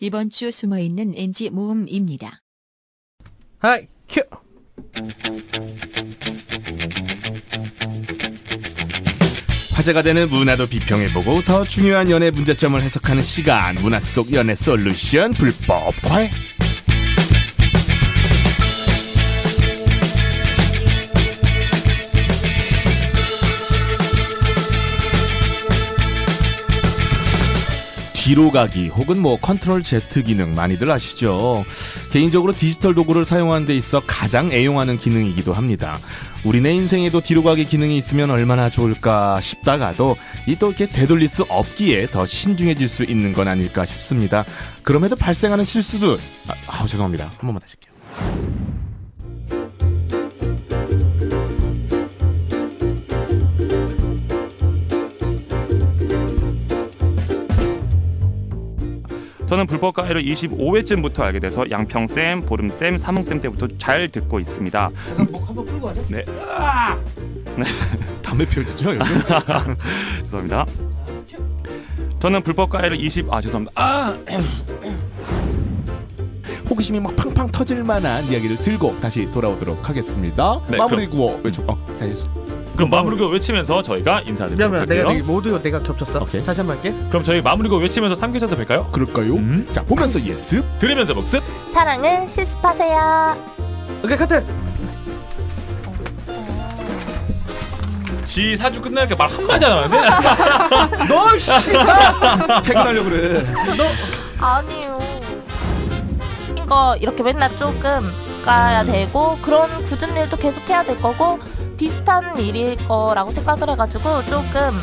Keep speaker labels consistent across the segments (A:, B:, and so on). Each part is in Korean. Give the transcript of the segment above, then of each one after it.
A: 이번 주 숨어있는 NG 모음입니다.
B: 하이 큐
C: 화제가 되는 문화도 비평해보고 더 중요한 연애 문제점을 해석하는 시간 문화 속 연애 솔루션 불법 과외 뒤로 가기 혹은 뭐 컨트롤 Z 기능 많이들 아시죠? 개인적으로 디지털 도구를 사용하는 데 있어 가장 애용하는 기능이기도 합니다. 우리네 인생에도 뒤로 가기 기능이 있으면 얼마나 좋을까 싶다가도 이 또 이렇게 되돌릴 수 없기에 더 신중해질 수 있는 건 아닐까 싶습니다. 그럼에도 발생하는 실수들 아, 아우, 죄송합니다. 한 번만 다시 할게요.
D: 저는 불법 과외를 25회쯤부터 알게 돼서 양평 쌤, 보름 쌤, 사몽 쌤 때부터 잘 듣고 있습니다.
B: 한번 목 한번 풀고 가자
C: 담배 피우죠 요즘?
D: 죄송합니다. 저는 불법 과외를 20아 죄송합니다. 아
C: 호기심이 막 팡팡 터질 만한 이야기를 들고 다시 돌아오도록 하겠습니다.
E: 네,
C: 마무리 구호 왼쪽 어, 다시
E: 그럼 마무리고 외치면서 저희가 인사드리도록
B: 왜냐면 내가
E: 할게요.
B: 되게 모두 내가 겹쳤어
C: 오케이.
B: 다시 한 번 할게
E: 그럼 저희 마무리고 외치면서 3교차에서 뵐까요?
C: 그럴까요?
E: 음?
C: 자 보면서 예습
E: 들으면서 복습.
F: 사랑을 실습하세요.
B: 오케이 카트
E: 지 사주 끝나니까 말 한마디 안 하는데?
B: 너 씨!
C: 퇴근하려고 그래.
F: 아니요. 이거 이렇게 맨날 조금 가야 되고 그런 굳은 일도 계속 해야 될 거고 비슷한 일일 거라고 생각을 해가지고 조금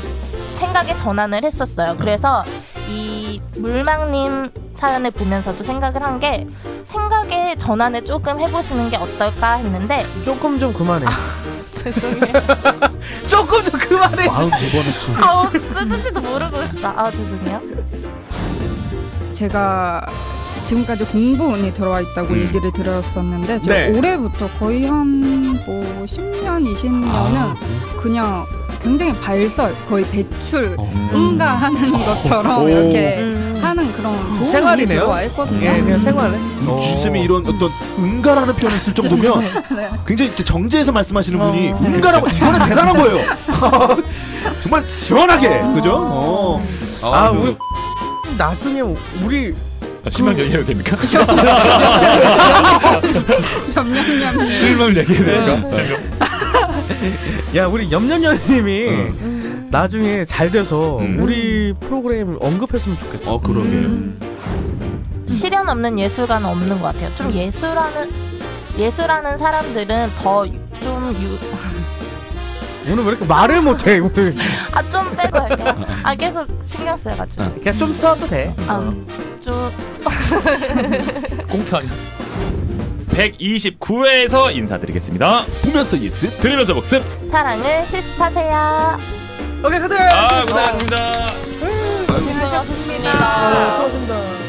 F: 생각의 전환을 했었어요. 그래서 이 물망님 사연을 보면서도 생각을 한 게 생각의 전환을 조금 해보시는 게 어떨까 했는데
B: 조금 좀 그만해
F: 아, 죄송해요.
B: 조금 좀 그만해
C: 네. 마음 두 번을 수.
F: 아우 쓰는지도 모르고 있어. 아 죄송해요.
G: 제가 지금까지 공부운이 들어와 있다고
C: 음.
G: 얘기를 들었었는데 제가
C: 네.
G: 올해부터 거의 한 뭐 10년, 20년은
B: 아,
G: 그냥 굉장히 발설, 거의 배출
C: 어.
B: 어.
G: 응가하는 것처럼
C: 오.
G: 이렇게
F: 음.
G: 하는 그런 좋은
B: 생활이네요.
G: 일이 들어와 있거든요.
B: 예 그냥 생활해
C: 어, 쥐쌤이 이런 어떤 응가라는 표현을 쓸 정도면
G: 네.
C: 굉장히 이제 정제해서 말씀하시는
G: 어.
C: 분이
G: 음,
C: 응가라고
G: 그렇죠.
C: 이거는 대단한 거예요. 정말 시원하게 그죠? 어.
B: 아,
E: 음.
B: 우리 나중에 우리
E: 아, 심한 얘기해도 됩니까?
G: 염냠냠.
C: 실망을
G: 네.
C: 얘기해요.
B: 야 우리 염년년님이
F: 네.
B: 나중에 잘 돼서
C: 음.
B: 우리 프로그램 언급했으면 좋겠다
C: 어 그러게.
G: 음.
F: 실현 없는 예술가는 없는 것 같아요. 좀 예술하는 예술하는 사람들은 더 좀
B: 오늘 왜 이렇게 말을 못해 오늘
F: 아 좀 빼고 할까요? 아 계속 신경 쓰여가지고 음,
B: 그냥 좀 써도 돼
F: 아좀
E: 공표 아니야. 129회에서 인사드리겠습니다.
C: 보면서 예습.
E: 들으면서 복습.
F: 사랑을 실습하세요.
B: 오케이 카트
C: 아.
E: 아 고생하셨습니다.
F: 고생하셨습니다.
B: 수고하셨습니다